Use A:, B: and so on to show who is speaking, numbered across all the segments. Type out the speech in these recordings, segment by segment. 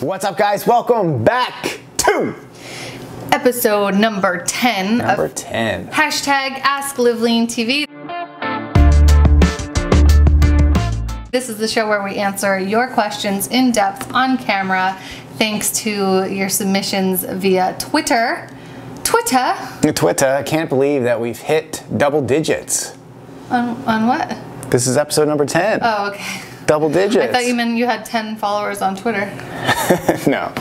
A: What's up, guys? Welcome back to
B: episode number 10
A: number
B: of
A: 10.
B: hashtag ask liveline tv this is the show where we answer your questions in depth on camera thanks to your submissions via twitter twitter
A: Twitter, I can't believe that we've hit double digits.
B: on, on what
A: This is episode number 10.
B: oh okay
A: double digits.
B: i thought you meant you had 10 followers on twitter
A: no.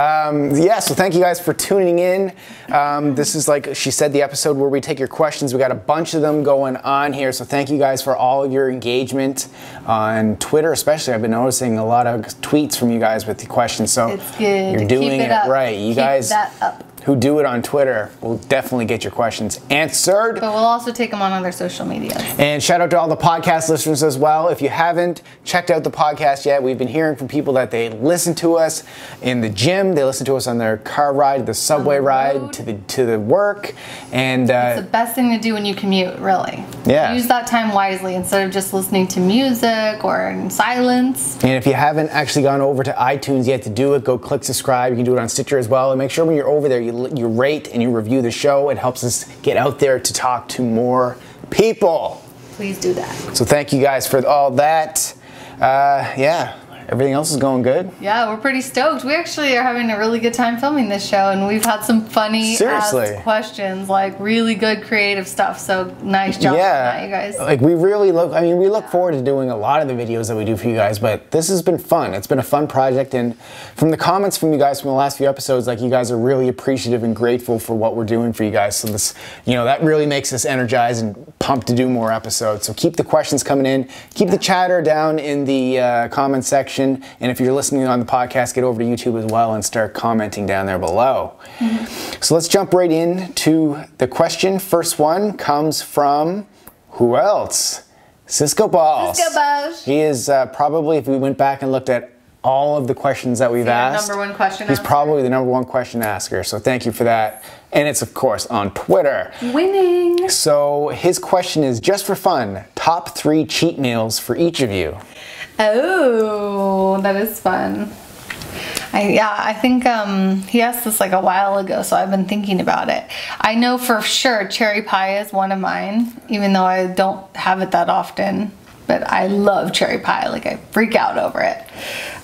A: Um, yeah, so thank you guys for tuning in. Um, this is like she said, the episode where we take your questions. We got a bunch of them going on here, so thank you guys for all of your engagement on Twitter, especially. I've been noticing a lot of tweets from you guys with the questions. So
B: It's good.
A: you're
B: Keep
A: doing
B: it up.
A: right. You
B: Keep
A: guys
B: that up.
A: who do it on Twitter will definitely get your questions answered.
B: but we'll also take them on other social media
A: And shout out to all the podcast listeners as well. If you haven't checked out the podcast yet, we've been hearing from people that they listen to us in the gym, they listen to us on their car ride, the subway ride
B: road.
A: to the to the work, and
B: it's
A: uh,
B: the best thing to do when you commute really
A: Yeah.
B: use that time wisely instead of just listening to music or in silence
A: and if you haven't actually gone over to iTunes yet to do it, go click subscribe. You can do it on Stitcher as well. And make sure when you're over there, you li- you rate and you review the show. It helps us get out there to talk to more people.
B: Please do that.
A: So thank you guys for all that. Uh, yeah, everything else is going good.
B: Yeah, we're pretty stoked. We actually are having a really good time filming this show, and we've had some funny
A: Seriously.
B: ass questions, like really good creative stuff. So nice job, on that, you guys.
A: Like we really look. I mean, we look forward to doing a lot of the videos that we do for you guys. But this has been fun. It's been a fun project, and from the comments from you guys from the last few episodes, like you guys are really appreciative and grateful for what we're doing for you guys. So this, you know, that really makes us energized and pumped to do more episodes. So keep the questions coming in. Keep the chatter down in the uh, comment section, and if you're listening on the podcast, get over to YouTube as well and start commenting down there below. So let's jump right in to the question. First one comes from who else? Cisco Balls.
B: Cisco Balls.
A: He is uh, probably, if we went back and looked at all of the questions that we've
B: Yeah,
A: asked,
B: number one question
A: He's
B: asker.
A: probably the number one question asker. So thank you for that. And it's of course on Twitter.
B: Winning.
A: So his question is just for fun: top three cheat meals for each of you.
B: Oh, that is fun. I, yeah, I think um, he asked this like a while ago, so I've been thinking about it. I know for sure cherry pie is one of mine, even though I don't have it that often. But I love cherry pie, like I freak out over it.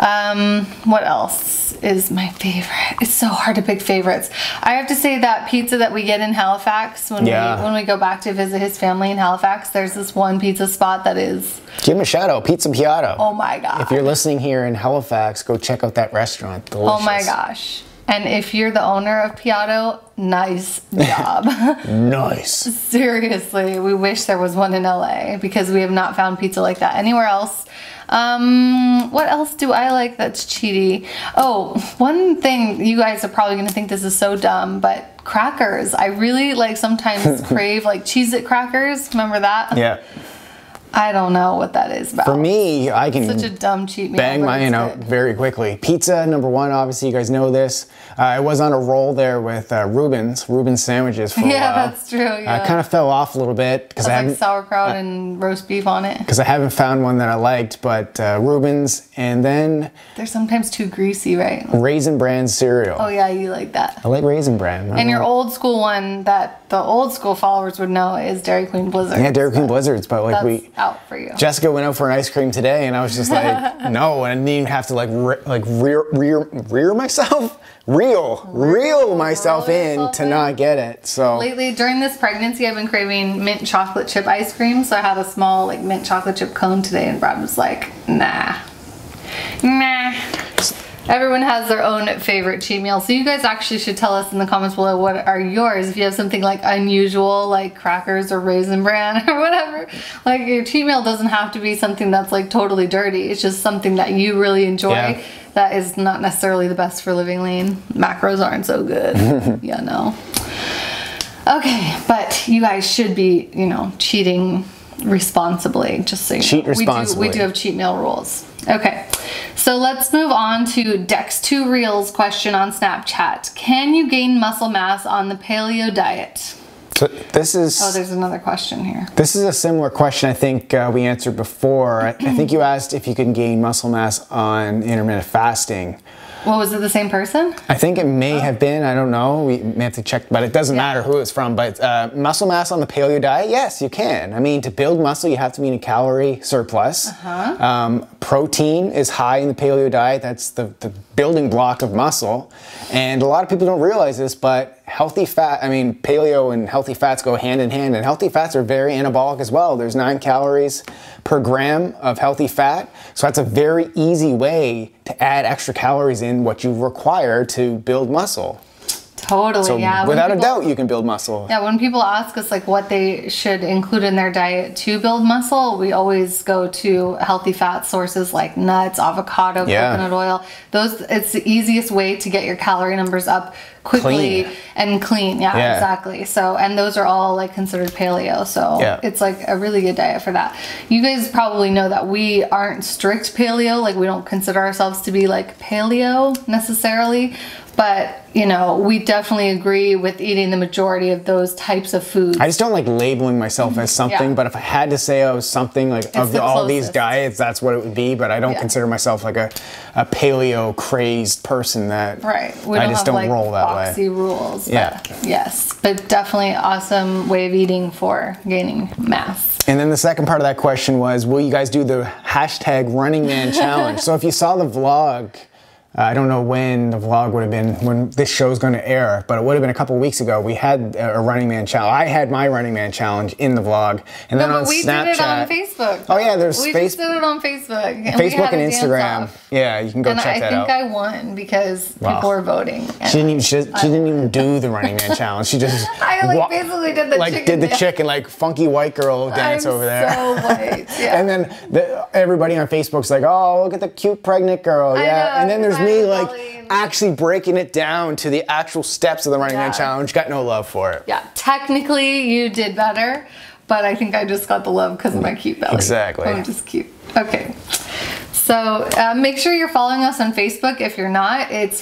B: Um, what else is my favorite? It's so hard to pick favorites. I have to say that pizza that we get in Halifax when
A: Yeah.
B: we when we go back to visit his family in Halifax, there's this one pizza spot that is
A: Give him a shout out, Pizza Piatto.
B: oh my god.
A: If you're listening here in Halifax, go check out that restaurant. Delicious.
B: Oh my gosh. And if you're the owner of Piatto, nice job.
A: Nice.
B: Seriously, we wish there was one in LA because we have not found pizza like that anywhere else. Um, what else do I like that's cheaty? Oh, one thing you guys are probably gonna think this is so dumb, but crackers. I really like sometimes crave like Cheez It crackers. Remember that?
A: Yeah.
B: I don't know what that is about.
A: For me, I can
B: Such a dumb cheat meal.
A: bang
B: but it's
A: mine out
B: good.
A: very quickly. Pizza, number one, obviously, you guys know this. Uh, I was on a roll there with uh, Reuben's, Reuben's sandwiches for a while.
B: Yeah, that's true. Yeah.
A: I kind of fell off a little bit because I
B: It's
A: haven't.
B: like sauerkraut
A: Uh,
B: and roast beef on it.
A: because I haven't found one that I liked, but uh, Reuben's and then
B: They're sometimes too greasy, right?
A: Raisin Bran cereal.
B: Oh yeah, you like that.
A: I like Raisin Bran. I
B: And your
A: don't-
B: old school one that the old school followers would know is Dairy Queen Blizzard.
A: yeah, Dairy Queen Blizzards, but like
B: That's
A: we,
B: out for you.
A: Jessica went out for an ice cream today, and I was just like, no, and I didn't even have to like re- like rear rear rear myself, reel reel myself in
B: yourself
A: to
B: in.
A: not get it. So
B: Lately, during this pregnancy, I've been craving mint chocolate chip ice cream. So I had a small like mint chocolate chip cone today, and Brad was like, "Nah, nah." Everyone has their own favorite cheat meal. So you guys actually should tell us in the comments below what are yours. If you have something like unusual, like crackers or raisin bran or whatever, like your cheat meal doesn't have to be something that's like totally dirty. It's just something that you really enjoy.
A: Yeah.
B: That is not necessarily the best for living lean. Macros aren't so good, you know. Okay, but you guys should be, you know, cheating responsibly. Just so you
A: Cheat
B: know. We do-
A: responsibly.
B: We do, have cheat meal rules. Okay, so let's move on to Dex Two Reels question on Snapchat. Can you gain muscle mass on the paleo diet?
A: So this is
B: Oh, there's another question here.
A: this is a similar question I think uh, we answered before. I, I think you asked if you can gain muscle mass on intermittent fasting.
B: Well, was it the same person?
A: I think it
B: Oh.
A: may have been. I don't know. We may have to check, but it doesn't matter who it's from. But uh, muscle mass on the paleo diet, yes, you can. I mean, to build muscle, you have to be in a calorie surplus. Uh-huh. Um, protein is high in the paleo diet. That's the, the building block of muscle. And a lot of people don't realize this, but healthy fat, I mean, paleo and healthy fats go hand in hand. And healthy fats are very anabolic as well. There's nine calories per gram of healthy fat. So that's a very easy way to add extra calories in what you require to build muscle.
B: Totally.
A: So
B: yeah. when
A: without a
B: people-
A: doubt, you can build muscle.
B: Yeah, when people ask us like what they should include in their diet to build muscle, we always go to healthy fat sources like nuts, avocado,
A: Yeah.
B: coconut oil. Those it's the easiest way to get your calorie numbers up quickly
A: Clean.
B: and clean. Yeah,
A: Yeah.
B: exactly. So and those are all like considered paleo. So
A: Yeah.
B: it's like a really good diet for that. You guys probably know that we aren't strict paleo, like we don't consider ourselves to be like paleo necessarily, but you know, we definitely agree with eating the majority of those types of foods.
A: I just don't like labeling myself as something,
B: Mm-hmm. Yeah.
A: but if I had to say I was something like of
B: the
A: the- all these
B: closest.
A: diets, that's what it would be. But I don't
B: Yeah.
A: consider myself like a, a paleo crazed person that
B: right. We
A: I just don't
B: like
A: roll that
B: boxy
A: way.
B: rules. but
A: Yeah.
B: Yes, but definitely awesome way of eating for gaining mass.
A: And then the second part of that question was, will you guys do the hashtag Running Man Challenge? So if you saw the vlog, uh, I don't know when the vlog would have been when this show's going to air, but it would have been a couple weeks ago. We had a a Running Man challenge. I had my Running Man challenge in the vlog, and then
B: No,
A: on
B: but we
A: Snapchat.
B: did it on Facebook.
A: Oh yeah, there's
B: we
A: face-
B: just did it on Facebook. And we
A: Facebook
B: had a
A: and Instagram.
B: dance-off.
A: Yeah, you can go
B: And
A: check
B: I
A: that out.
B: think I won because
A: Wow.
B: people were voting.
A: She didn't even she, she didn't even do the Running Man challenge. She just
B: I like
A: wa-
B: basically did the
A: like
B: chicken
A: did the
B: dance.
A: chicken like funky white girl dance
B: I'm
A: over there.
B: So white. Yeah.
A: And then the, everybody on Facebook's like, "Oh, look at the cute pregnant girl."
B: I
A: Yeah.
B: know,
A: and then there's
B: I'm
A: me
B: probably-
A: like actually breaking it down to the actual steps of the Running Man
B: Yeah.
A: challenge. Got no love for it.
B: yeah. Technically, you did better, but I think I just got the love because of my cute belly.
A: Exactly.
B: I'm just cute. Okay. So uh, make sure you're following us on Facebook. If you're not, it's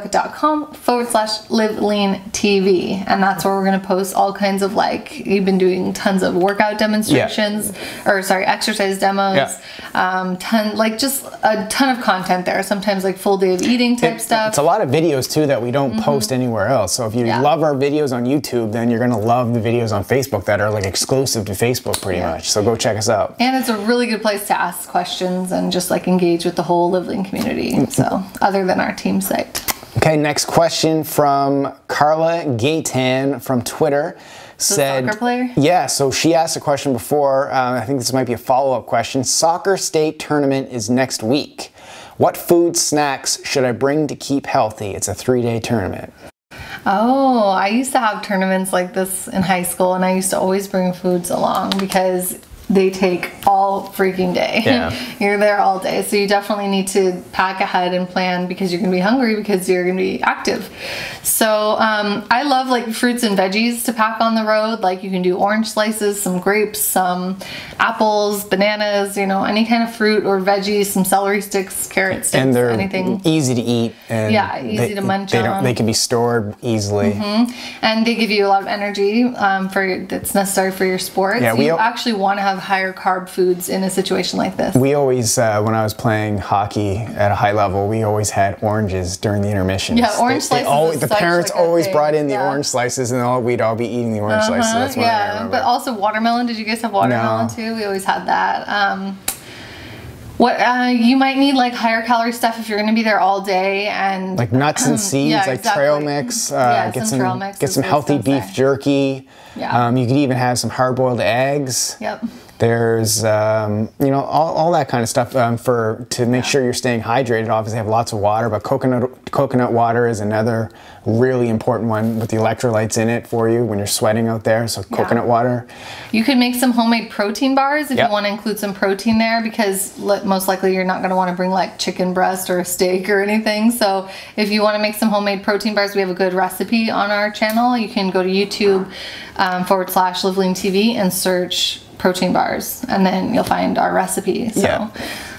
B: facebook.com forward slash live lean TV. And that's where we're going to post all kinds of like, you've been doing tons of workout demonstrations or sorry, exercise demos,
A: Yeah.
B: um, ton, like just a ton of content there. Sometimes like full day of eating type stuff. Mm-hmm.
A: It's a lot of videos too that we don't post anywhere else. So if you
B: Yeah.
A: love our videos on YouTube, then you're gonna love the videos on Facebook that are like exclusive to Facebook pretty
B: Yeah.
A: much. So go check us out.
B: And it's a really good place to ask questions and just like engage with the whole Liveling community. So, other than our team site.
A: Okay, next question from Carla Gaytan from Twitter. said,
B: soccer player?
A: Yeah, so she asked a question before. uh, I think this might be a follow up question. Soccer state tournament is next week. What food snacks should I bring to keep healthy? It's a three day tournament.
B: Oh, I used to have tournaments like this in high school, and I used to always bring foods along because they take all freaking day.
A: Yeah.
B: you're there all day. So you definitely need to pack ahead and plan because you're going to be hungry because you're going to be active. So um, I love like fruits and veggies to pack on the road. Like you can do orange slices, some grapes, some apples, bananas, you know, any kind of fruit or veggies, some celery sticks, carrot sticks,
A: And they're
B: anything.
A: easy to eat. And
B: Yeah, easy
A: they,
B: to munch
A: they don't-
B: on. Mm-hmm.
A: They can be stored easily.
B: and they give you a lot of energy um, for your, that's necessary for your sports.
A: Yeah, we
B: you
A: al-
B: actually want to have higher carb foods in a situation like this.
A: We always, uh, when I was playing hockey at a high level, we always had oranges during the intermission.
B: Yeah, orange slices is
A: the
B: such,
A: parents
B: like, a
A: always
B: thing,
A: brought in the
B: yeah. Uh-huh,
A: orange slices, and all we'd all be eating the orange slices. That's what I
B: yeah,
A: remember.
B: but also watermelon. Did you guys have watermelon
A: No.
B: too? We always had that. Um, what uh, you might need like higher calorie stuff if you're going to be there all day and
A: like nuts and seeds,
B: Yeah,
A: like trail
B: exactly.
A: mix. Uh,
B: Yeah,
A: get
B: some
A: some,
B: trail mix
A: get
B: is
A: some
B: what it
A: healthy
B: sounds
A: beef
B: like.
A: jerky.
B: Yeah.
A: Um, you could even have some hard-boiled eggs.
B: Yep.
A: There's, um, you know, all, all that kind of stuff um, for to make sure you're staying hydrated. Obviously, have lots of water, but coconut coconut water is another really important one with the electrolytes in it for you when you're sweating out there. So coconut water.
B: You could make some homemade protein bars if
A: Yep.
B: you want to include some protein there because li- most likely you're not going to want to bring like chicken breast or a steak or anything. So if you want to make some homemade protein bars, we have a good recipe on our channel. You can go to YouTube um, forward slash Live Lean TV and search protein bars, and then you'll find our recipe. So
A: Yeah.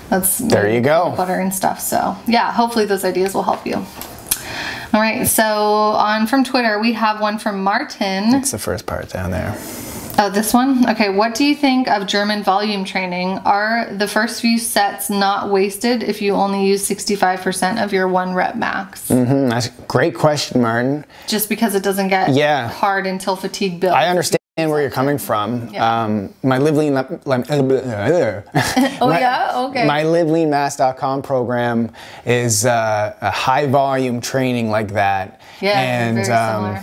B: that's
A: There you go.
B: butter and stuff. So yeah, hopefully those ideas will help you. All right, so on from Twitter, we have one from Martin.
A: It's the first part down there.
B: Oh, this one? Okay, what do you think of German volume training? Are the first few sets not wasted if you only use 65% of your one rep max?
A: Mm, That's a great question, Martin.
B: Just because it doesn't get
A: Yeah.
B: hard until fatigue builds.
A: I understand where you're coming from.
B: Yeah.
A: Um, my live lean, Lem- Lem-
B: Oh,
A: my-
B: yeah? Okay.
A: My liveleanmass.com program is uh, a high volume training like that.
B: yeah,
A: and
B: very
A: um,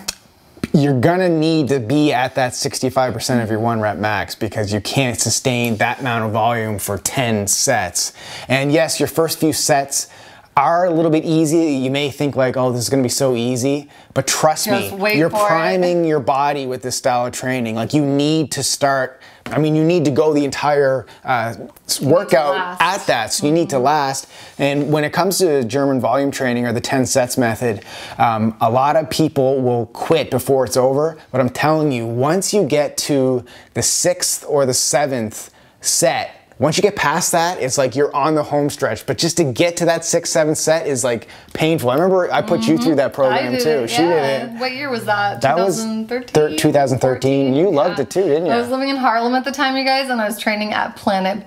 B: similar.
A: you're gonna need to be at that 65% of your one rep max because you can't sustain that amount of volume for 10 sets. And yes, your first few sets are a little bit easy. You may think like, oh, this is gonna be so easy, but trust
B: Just
A: me,
B: wait
A: you're
B: for it.
A: priming your body with this style of training. Like you need to start. I mean, you need to go the entire uh, workout
B: last. Mm-hmm.
A: at that, so you need to last. And when it comes to German volume training or the 10 sets method, um, a lot of people will quit before it's over. But I'm telling you, once you get to the sixth or the seventh set, once you get past that, it's like you're on the home stretch. But just to get to that sixth, seventh set is like painful. I remember I put you through that program
B: Mm-hmm. did
A: too.
B: it,
A: She did it.
B: yeah. What year was that?
A: That was
B: 2013.
A: thir- 2013. You loved it too, didn't you?
B: I was living in Harlem at the time, you guys, and I was training at Planet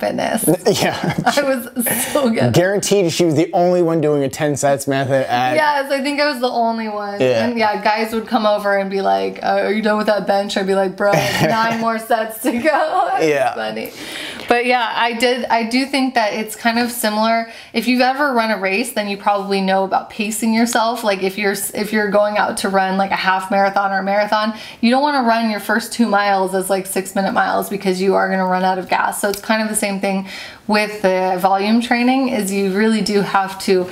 B: Fitness.
A: Yeah.
B: I was so good.
A: Guaranteed she was the only one doing a 10 sets method at
B: Yes, I think I was the only one.
A: Yeah.
B: And yeah, guys would come over and be like, uh, "Are you done with that bench?" I'd be like, "Bro, it's nine more sets to go." It's
A: Yeah.
B: funny. But yeah, I did. I do think that it's kind of similar. If you've ever run a race, then you probably know about pacing yourself. Like if you're if you're going out to run like a half marathon or a marathon, you don't want to run your first two miles as like six minute miles because you are going to run out of gas. So it's kind of the same thing with the volume training. Is you really do have to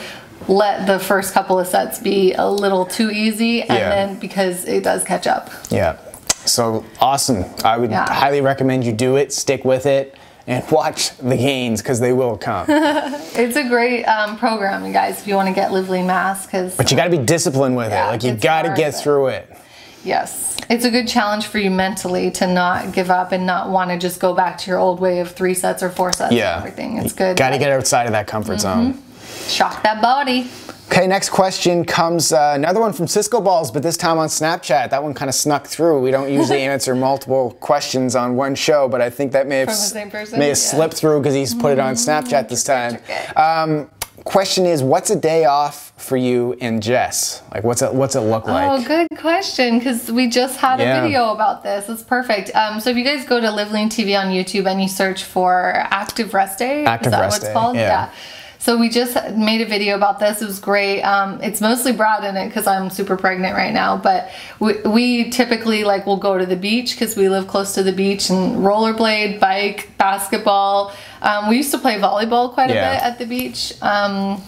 B: let the first couple of sets be a little too easy, and
A: Yeah.
B: then because it does catch up.
A: Yeah. So awesome. I would
B: Yeah.
A: highly recommend you do it, stick with it, and watch the gains because they will come. but
B: It's a great um, program, you guys, if you want to get lively mass, because
A: you got to be disciplined with
B: Yeah,
A: it. Like you
B: it's
A: got to
B: hard,
A: get
B: but-
A: through it.
B: Yes. It's a good challenge for you mentally to not give up and not want to just go back to your old way of three sets or four sets
A: Yeah.
B: and everything. It's good. Mm-hmm.
A: Got to get outside of that comfort zone.
B: Shock that body.
A: Okay, next question comes uh, another one from Cisco Balls, but this time on Snapchat. That one kind of snuck through. We don't usually answer multiple questions on one show, but I think that may have,
B: From the
A: s-
B: same person?
A: may
B: Yeah.
A: have
B: Mm-hmm.
A: slipped through because he's put it on Snapchat this time. Um, question is, what's a day off for you and Jess? Like, what's it what's it look like?
B: Oh, good question. Because we just had
A: Yeah.
B: a video about this. It's perfect. Um, so if you guys go to Live Lean TV on YouTube and you search for Active Rest Day,
A: Active
B: is that
A: Rest
B: what it's
A: Day,
B: called?
A: yeah.
B: So we just made a video about this. It was great. Um, it's mostly Brad in it because I'm super pregnant right now. But we, we typically like will go to the beach because we live close to the beach and rollerblade, bike, basketball. Um, we used to play volleyball quite
A: Yeah.
B: a bit at the beach. Um,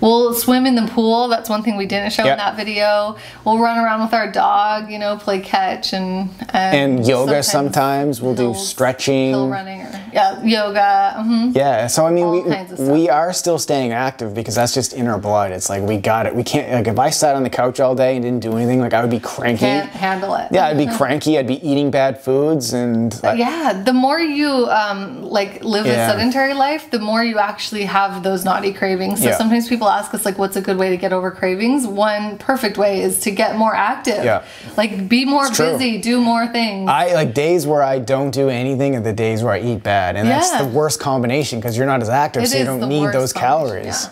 B: we'll swim in the pool. That's one thing we didn't show
A: Yep.
B: in that video. We'll run around with our dog, you know, play catch and
A: and yoga sometimes, we'll do
B: hills,
A: stretching.
B: hill running or yeah, yoga. mhm.
A: Yeah, so I mean,
B: All
A: we
B: kinds of stuff.
A: we are still staying active because that's just in our blood. It's like we got it. We can't like if I sat on the couch all day and didn't do anything, like I would be cranky.
B: Can't handle it.
A: Yeah, I'd be cranky. I'd be eating bad foods, and uh,
B: Yeah, the more you um, like live
A: Yeah.
B: a sedentary life, the more you actually have those naughty cravings. So
A: Yeah.
B: sometimes people ask us like, "What's a good way to get over cravings?" One perfect way is to get more active.
A: Yeah.
B: like be more
A: true.
B: busy, do more things.
A: I like days where I don't do anything, and the days where I eat bad, and that's
B: Yeah.
A: the worst combination because you're not as active,
B: It
A: so you
B: is the
A: don't need
B: worst
A: those
B: combination,
A: calories.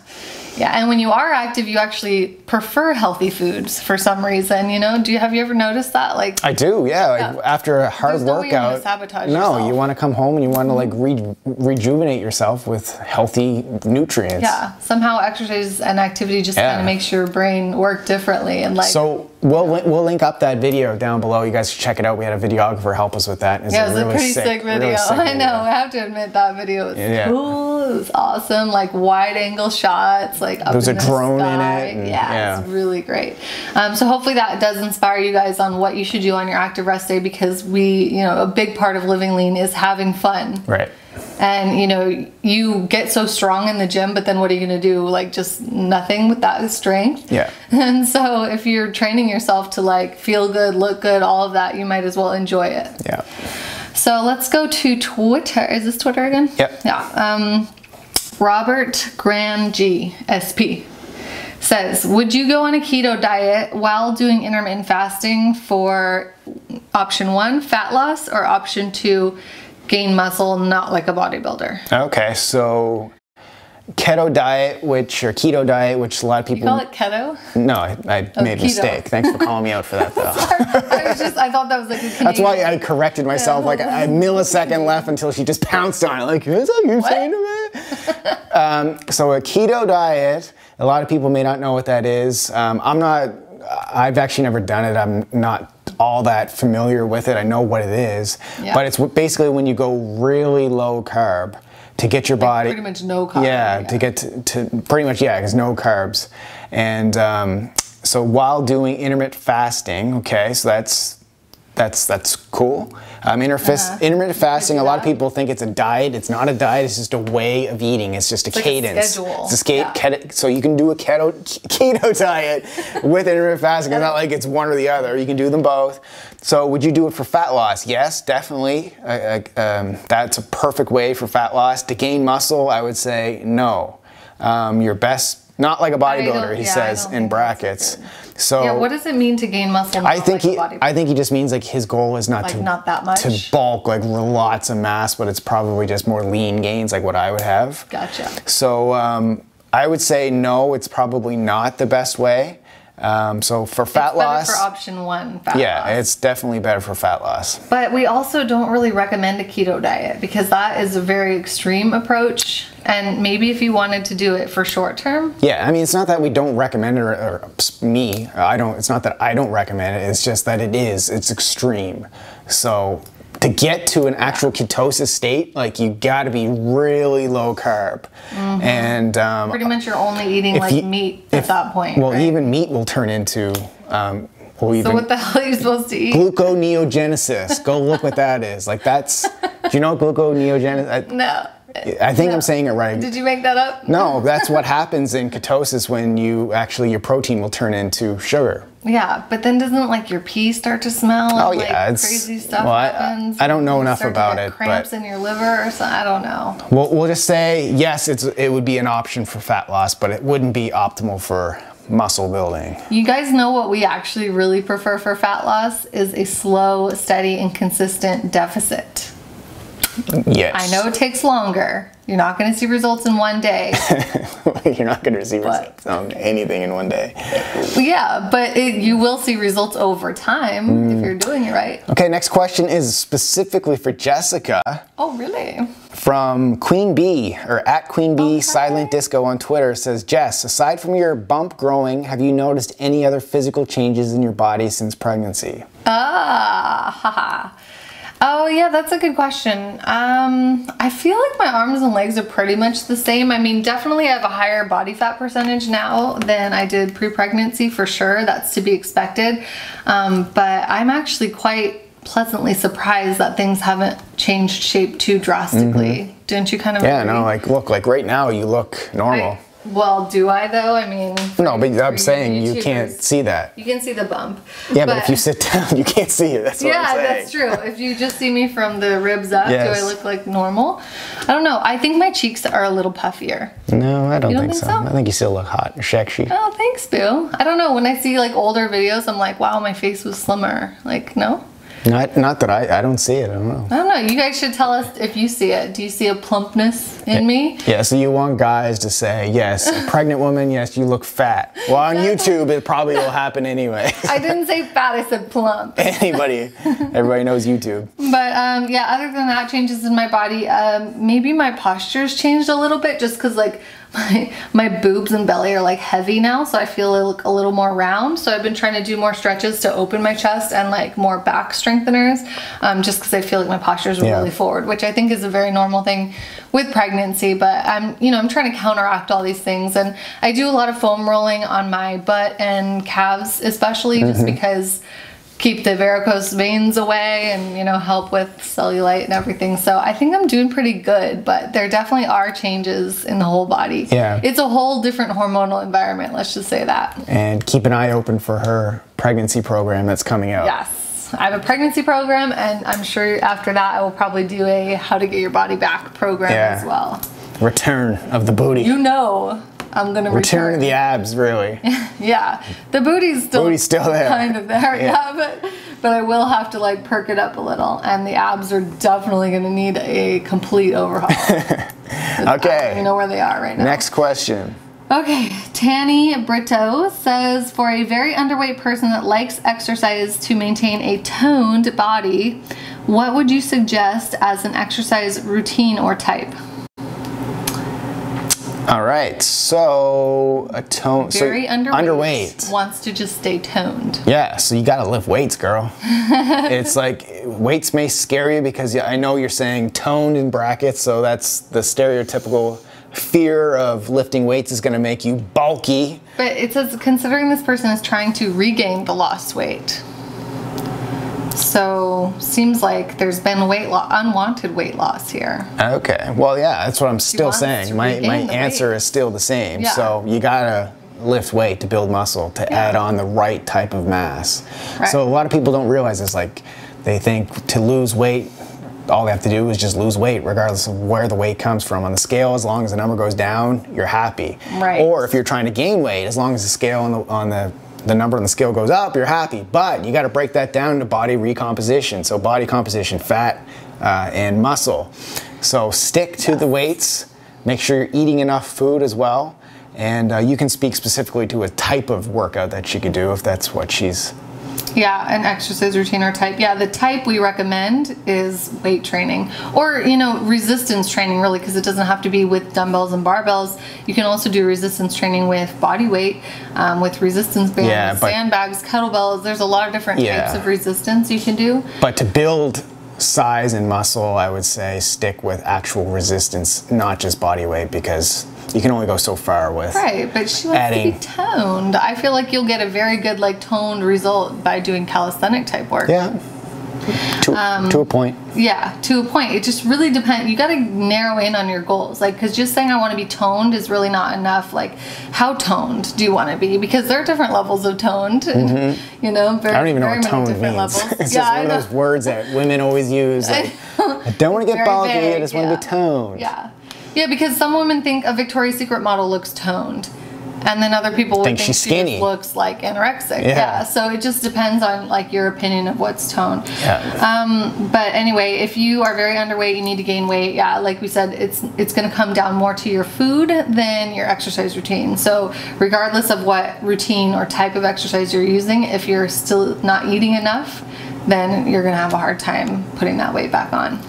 B: Yeah. yeah, and when you are active, you actually prefer healthy foods for some reason. You know, do you have you ever noticed that? Like,
A: I do, yeah. Like after a hard
B: There's no way
A: workout,
B: you wanna sabotage
A: no,
B: yourself.
A: you want to come home and you want to like re- rejuvenate yourself with healthy nutrients.
B: yeah, somehow exercise and activity just
A: Yeah.
B: kind of makes your brain work differently and like.
A: So we'll li- we'll link up that video down below. You guys should check it out. We had a videographer help us with that. It's
B: yeah, it was a pretty sick,
A: really
B: video.
A: sick
B: I know. I have to admit that video was
A: Yeah.
B: cool. It was awesome. Like wide angle shots. Like up
A: was
B: in
A: a
B: the
A: drone in
B: sky.
A: it and-
B: Yeah, it's
A: yeah.
B: really great. Um, so hopefully that does inspire you guys on what you should do on your active rest day because we, you know, a big part of living lean is having fun.
A: Right.
B: And you know, you get so strong in the gym, but then what are you gonna do? Like just nothing with that strength.
A: Yeah.
B: And so if you're training yourself to like feel good, look good, all of that, you might as well enjoy it.
A: Yeah.
B: So let's go to Twitter. Is this Twitter again?
A: Yep.
B: Yeah. Um, Robert Graham G SP says, "Would you go on a keto diet while doing intermittent fasting for option one, fat loss, or option two, gain muscle, not like a bodybuilder.
A: Okay, so keto diet, which or keto diet, which a lot of people
B: Call it keto.
A: no, I, I made a
B: keto.
A: mistake. Thanks for calling me out for that though.
B: I was just, I thought that was like a Canadian.
A: That's why I corrected myself like a millisecond left until she just pounced on it. Like, is that you saying to me? um, so a keto diet. A lot of people may not know what that is. Um, I'm not. I've actually never done it. I'm not all that familiar with it. I know what it is,
B: Yeah.
A: but it's basically when you go really low carb to get your body
B: pretty much no carb,
A: Yeah,
B: yeah.
A: to get to, to pretty much yeah, because no carbs, and um, so while doing intermittent fasting, okay, so that's that's that's cool. Um, interfis-
B: Uh-huh.
A: Intermittent fasting. A lot of
B: that.
A: people think it's a diet. It's not a diet. It's just a way of eating. It's just a
B: like a
A: cadence.
B: schedule.
A: It's a sca-
B: Yeah.
A: keto- so you can do a keto keto diet with intermittent fasting. It's not like it's one or the other. You can do them both. So would you do it for fat loss? Yes, definitely. I, I, um, that's a perfect way for fat loss. To gain muscle, I would say no. Um, your best. Not like a
B: don't-
A: bodybuilder, he
B: yeah, I
A: says
B: don't
A: in
B: think that's
A: brackets. So
B: Yeah, what does it mean to gain muscle?
A: I think
B: like
A: he.
B: a bodybuilder?
A: I think he just means like his goal is not
B: Like,
A: to
B: not that much?
A: to bulk like lots of mass, but it's probably just more lean gains like what I would have.
B: Gotcha.
A: So um, I would say no. It's probably not the best way. Um, so for fat
B: It's better
A: loss,
B: for option one. Fat
A: yeah,
B: loss.
A: it's definitely better for fat loss.
B: But we also don't really recommend a keto diet because that is a very extreme approach. And maybe if you wanted to do it for short term,
A: Yeah, I mean, it's not that we don't recommend it, or, or ps- me, I don't. It's not that I don't recommend it. It's just that it is. It's extreme. So to get to an actual ketosis state, like you got to be really low carb, and um,
B: Mm-hmm. pretty much you're only eating like
A: you-
B: meat at
A: if-
B: that point.
A: Well,
B: right?
A: even meat will turn into. Um, will even
B: so what the hell are you supposed to eat?
A: gluconeogenesis. Go look what that is. Like that's. do you know what gluconeogenesis?
B: No.
A: I, I think I'm saying it right.
B: Did you make that up?
A: no, that's what happens in ketosis when you actually your protein will turn into sugar.
B: Yeah, but then doesn't like your pee start to smell?
A: Oh,
B: and, like,
A: yeah, it's-
B: crazy stuff
A: well, I-
B: happens.
A: I don't know
B: You
A: enough
B: start to
A: about
B: get
A: it, but-
B: Cramps in your liver or something. I don't know.
A: We'll, we'll just say yes. It's it would be an option for fat loss, but it wouldn't be optimal for muscle building.
B: You guys know what we actually really prefer for fat loss is a slow, steady, and consistent deficit.
A: Yes,
B: I know it takes longer. You're not going to see results in one day.
A: You're not going to receive
B: But-
A: results on anything in one day.
B: yeah, but it, you will see results over time if you're doing it right.
A: Okay, next question is specifically for Jessica.
B: Oh, really?
A: from Queen Bee or at Queen Bee Silent Disco on Twitter says, Jess, aside from your bump growing, have you noticed any other physical changes in your body since pregnancy?
B: Ah, haha. Oh, yeah, that's a good question. Um, I feel like my arms and legs are pretty much the same. I mean, definitely I have a higher body fat percentage now than I did pre pregnancy for sure. That's to be expected. Um, but I'm actually quite pleasantly surprised that things haven't changed shape too drastically. Don't you kind of
A: Mm-hmm. Yeah,
B: agree?
A: no, like look, like right now you look normal.
B: I- well, do I though? I mean,
A: no, but
B: for
A: I'm
B: you
A: saying you
B: YouTubers,
A: can't see that.
B: You can see the bump.
A: Yeah, but, if you sit down, you can't see it. That's what
B: yeah,
A: I'm saying.
B: that's true. If you just see me from the ribs up,
A: Yes.
B: do I look like normal? I don't know. I think my cheeks are a little puffier.
A: No, I don't,
B: You
A: think, so. I think you still look hot and sexy.
B: Oh, thanks, Boo. I don't know. When I see like older videos, I'm like, wow, my face was slimmer. Like, no.
A: Not, not that I, I don't see it. I don't know.
B: I don't know. You guys should tell us if you see it. Do you see a plumpness in me?
A: Yeah, so you want guys to say, yes, a pregnant woman, yes, you look fat. Well, on YouTube, it probably will happen anyway.
B: I didn't say fat. I said plump.
A: anybody everybody knows youtube
B: But um, yeah, other than that, changes in my body. Um, maybe my posture's changed a little bit, just because like my my boobs and belly are like heavy now, so I feel like a little more round. So I've been trying to do more stretches to open my chest and like more back strengtheners, um, just because I feel like my posture's
A: Yeah.
B: really forward, which I think is a very normal thing with pregnancy. But I'm you know I'm trying to counteract all these things, and I do a lot of foam rolling on my butt and calves, especially
A: Mm-hmm.
B: just because keep the varicose veins away and you know help with cellulite and everything so i think i'm doing pretty good but there definitely are changes in the whole body
A: Yeah. Oh.
B: it's a whole different hormonal environment let's just say that
A: and keep an eye open for her pregnancy program that's coming out
B: yes i have a pregnancy program and i'm sure after that i will probably do a how to get your body back program
A: Yeah.
B: as well
A: return of the booty
B: you know i'm gonna
A: return
B: return,
A: of the abs really
B: yeah the booty's still
A: Booty's still there.
B: kind of there yeah, but but I will have to like perk it up a little, and the abs are definitely going to need a complete overhaul. I don't even
A: Okay.
B: know where they are right now.
A: Next question.
B: Okay, Tanny Brito says for a very underweight person that likes exercise to maintain a toned body, what would you suggest as an exercise routine or type?
A: All right. So a tone. so
B: Very underweight,
A: Underweight.
B: wants to just stay toned.
A: Yeah, so you gotta lift weights, girl. it's like weights may scare you because yeah, I know you're saying toned in brackets, so that's the stereotypical fear of lifting weights is gonna make you bulky.
B: But it says considering this person is trying to regain the lost weight. So seems like there's been weight loss, unwanted weight loss here.
A: Okay, well, yeah, that's what I'm still
B: wants to
A: saying. My, my
B: regain the
A: answer
B: weight.
A: is still the same.
B: Yeah.
A: So you gotta lift weight to build muscle to add on the right type of mass.
B: Right.
A: So a lot of people don't realize this. Like, they think to lose weight, all they have to do is just lose weight, regardless of where the weight comes from on the scale. As long as the number goes down, you're happy.
B: Right.
A: Or if you're trying to gain weight, as long as the scale on the on the the number on the scale goes up, you're happy. But you got to break that down to body recomposition. So body composition, fat, uh, and muscle. So stick to the weights. Make sure you're eating enough food as well. And uh, you can speak specifically to a type of workout that she could do if that's what she's.
B: Yeah, an exercise routine or type. Yeah, the type we recommend is weight training or, you know, resistance training really because it doesn't have to be with dumbbells and barbells. You can also do resistance training with body weight, um, with resistance bands,
A: Yeah, but-
B: sandbags, kettlebells. There's a lot of different types
A: Yeah.
B: of resistance you can do.
A: But to build size and muscle, I would say stick with actual resistance, not just body weight, because you can only go so far with.
B: Right, but she wants to
A: Adding.
B: be toned. I feel like you'll get a very good like toned result by doing calisthenic type work.
A: Yeah. To,
B: Um,
A: to a point.
B: Yeah, to a point. It just really depends. You got to narrow in on your goals. Like, because just saying I want to be toned is really not enough. Like, how toned do you want to be? Because there are different levels of toned. And, You know, very,
A: I don't even know
B: very
A: what
B: many
A: toned means.
B: different levels.
A: it's
B: yeah,
A: just
B: I
A: one
B: know.
A: of those words that women always use. Like, I don't want to get
B: Very
A: bulky. I
B: vague,
A: just want to
B: yeah.
A: be toned.
B: Yeah. Yeah, because some women think a Victoria's Secret model looks toned. And then other people would
A: Think
B: think,
A: she's
B: she just
A: skinny.
B: looks like anorexic.
A: Yeah.
B: Yeah. So it just depends on like your opinion of what's toned.
A: Yeah.
B: Um, but anyway, if you are very underweight, you need to gain weight. Yeah, like we said, it's it's going to come down more to your food than your exercise routine. So regardless of what routine or type of exercise you're using, if you're still not eating enough, then you're going to have a hard time putting that weight back on.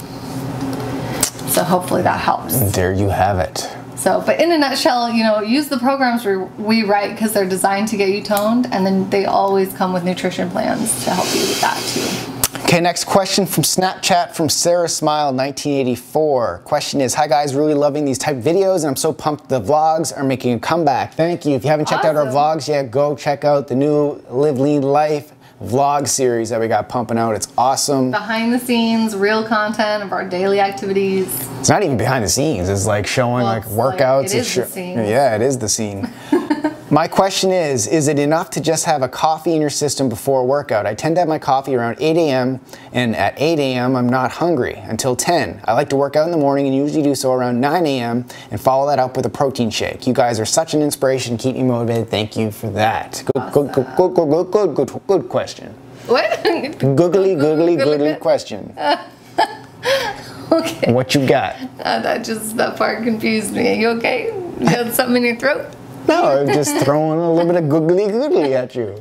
B: So hopefully that helps.
A: There you have it.
B: So, but in a nutshell, you know, use the programs we, we write because they're designed to get you toned, and then they always come with nutrition plans to help you with that too.
A: Okay, next question from Snapchat from Sarah Smile 1984. Question is, hi guys, really loving these type videos and I'm so pumped the vlogs are making a comeback. Thank you. If you haven't checked out our
B: Awesome.
A: vlogs yet, go check out the new Live Lean Life vlog series that we got pumping out. It's awesome.
B: Behind the scenes, real content of our daily activities.
A: It's not even behind the scenes. It's like showing
B: Well,
A: like
B: it's like-
A: workouts.
B: it
A: It's
B: is the
A: sho-
B: scene.
A: Yeah, it is the scene. My question is Is it enough to just have a coffee in your system before a workout? I tend to have my coffee around 8 a.m., and at 8 a.m., I'm not hungry until 10. I like to work out in the morning and usually do so around 9 a.m. and follow that up with a protein shake. You guys are such an inspiration. Keep me motivated. Thank you for that. Good, good, good, good, good, good, good, good question.
B: What?
A: Googly, googly, googly
B: good.
A: question.
B: Okay,
A: What you got?
B: Uh, that just that part confused me. Are you okay? You got something in your throat?
A: No, I'm just throwing a little bit of googly, googly at you.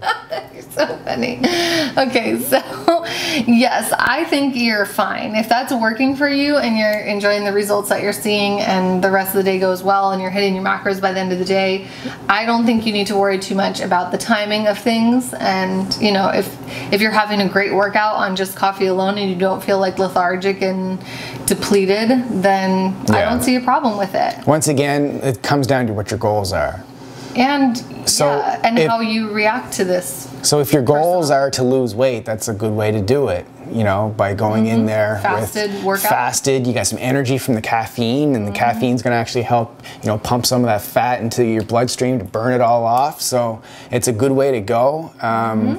B: You're so funny. Okay, so yes, I think you're fine. If that's working for you and you're enjoying the results that you're seeing and the rest of the day goes well and you're hitting your macros by the end of the day, I don't think you need to worry too much about the timing of things and, you know, if if you're having a great workout on just coffee alone and you don't feel like lethargic and depleted, then I
A: Yeah.
B: don't see a problem with it.
A: Once again, it comes down to what your goals are.
B: And
A: So
B: yeah, and
A: if-
B: how you react to this
A: So if your goals are to lose weight, that's a good way to do it. You know, by going in there with
B: Mm-hmm. Fasted workout.
A: fasted, you got some energy from the caffeine,
B: Mm-hmm.
A: and the caffeine's going to actually help you know pump some of that fat into your bloodstream to burn it all off. So it's a good way to go. Um,
B: Mm-hmm.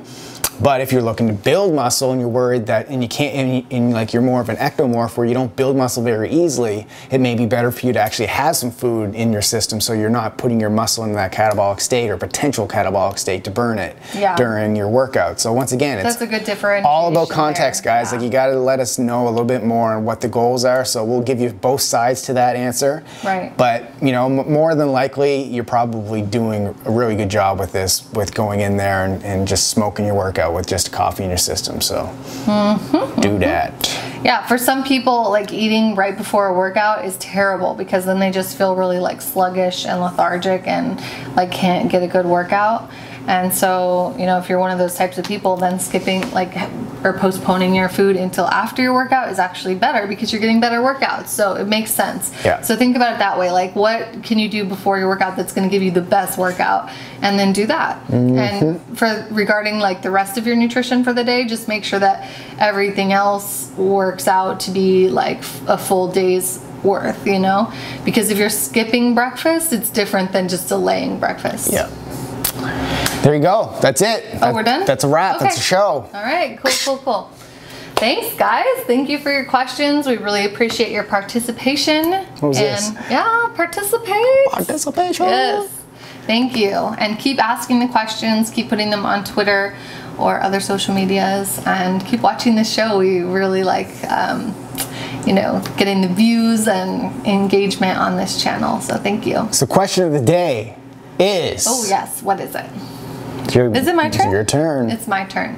A: But if you're looking to build muscle and you're worried that, and you can't, and, you, and like you're more of an ectomorph where you don't build muscle very easily, it may be better for you to actually have some food in your system so you're not putting your muscle in that catabolic state or potential catabolic state to burn it
B: Yeah.
A: during your workout. So once again, it's
B: That's a good differentiation.
A: all about
B: there.
A: context, guys.
B: Yeah.
A: Like you got to let us know a little bit more on what the goals are. So we'll give you both sides to that answer.
B: Right.
A: But you know, m- more than likely, you're probably doing a really good job with this, with going in there and, and just smoking your workout with just coffee in your system. So
B: Mm-hmm.
A: do that.
B: Yeah, for some people, like eating right before a workout is terrible because then they just feel really like sluggish and lethargic and like can't get a good workout. And so, you know, if you're one of those types of people, then skipping like or postponing your food until after your workout is actually better because you're getting better workouts. So it makes sense.
A: Yeah.
B: So think about it that way. Like, what can you do before your workout that's going to give you the best workout, and then do that.
A: Mm-hmm.
B: And for regarding like the rest of your nutrition for the day, just make sure that everything else works out to be like f- a full day's worth. You know, because if you're skipping breakfast, it's different than just delaying breakfast.
A: Yeah. There you go. That's it.
B: Oh, we're done.
A: That's a wrap. That's a
B: Okay.
A: show.
B: All right, cool, cool, cool. Thanks, guys. Thank you for your questions. We really appreciate your participation.
A: What was
B: and
A: this?
B: yeah, participate.
A: Participation.
B: Yes. Oh. Thank you. And keep asking the questions, keep putting them on Twitter or other social medias, and keep watching the show. We really like, um, you know, getting the views and engagement on this channel. So thank you.
A: So, question of the day is.
B: Oh, yes. What is it?
A: It's your-
B: Is it my
A: it's
B: turn?
A: Your turn.
B: It's my turn.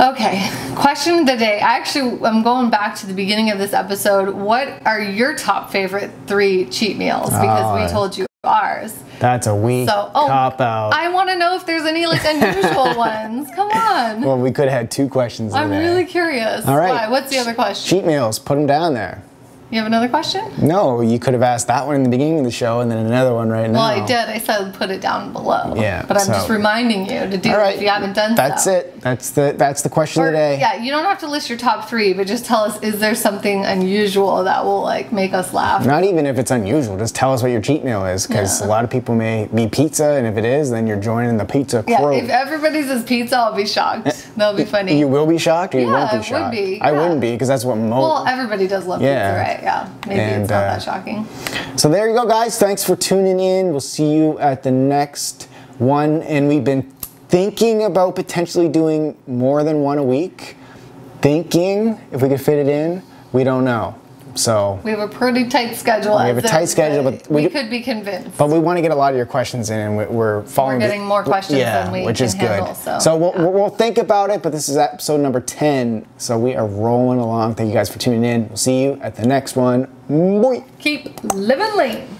B: Okay, question of the day. I actually I'm going back to the beginning of this episode. What are your top favorite three cheat meals? Because
A: Oh.
B: we told you ours.
A: That's a weak
B: So, oh,
A: cop out.
B: I want to know if there's any like unusual ones. Come on.
A: well, we could have had two questions. in
B: I'm
A: there.
B: really curious.
A: All right.
B: Why? What's the other question?
A: Sheet meals, put them down there.
B: You have another question?
A: No, you could have asked that one in the beginning of the show and then another one right
B: Well,
A: now.
B: I did. I said put it down below.
A: Yeah,
B: But I'm just
A: so-
B: reminding you to do
A: All
B: it
A: right.
B: if you haven't done
A: That's
B: so.
A: it. That's the that's the question
B: Or-
A: today.
B: Yeah, you don't have to list your top three, but just tell us is there something unusual that will like make us laugh?
A: Not even if it's unusual, just tell us what your cheat meal is, because
B: Yeah.
A: a lot of people may be pizza, and if it is, then you're joining the pizza
B: yeah,
A: crew.
B: if everybody says pizza, I'll be shocked. That'll be funny.
A: you will be shocked, or you
B: Yeah,
A: won't
B: I
A: be
B: would
A: shocked.
B: be,
A: I
B: yeah.
A: wouldn't be, because that's what most.
B: well, everybody does love
A: Yeah.
B: pizza, right? Yeah, maybe
A: And,
B: it's not
A: uh,
B: that shocking.
A: So there you go, guys. Thanks for tuning in. We'll see you at the next one. And we've been thinking about potentially doing more than one a week. Thinking if we could fit it in, we don't know. So,
B: We have a pretty tight schedule. We
A: have a tight schedule, but we
B: we,
A: do-
B: could be convinced.
A: but we want to get a lot of your questions in, and we- we're following.
B: getting more questions
A: yeah,
B: than we
A: which
B: can
A: is good.
B: handle, so,
A: we'll, we'll- we'll think about it. But this is episode number ten, so we are rolling along. Thank you guys for tuning in. We'll see you at the next one. Bye.
B: Keep living lean.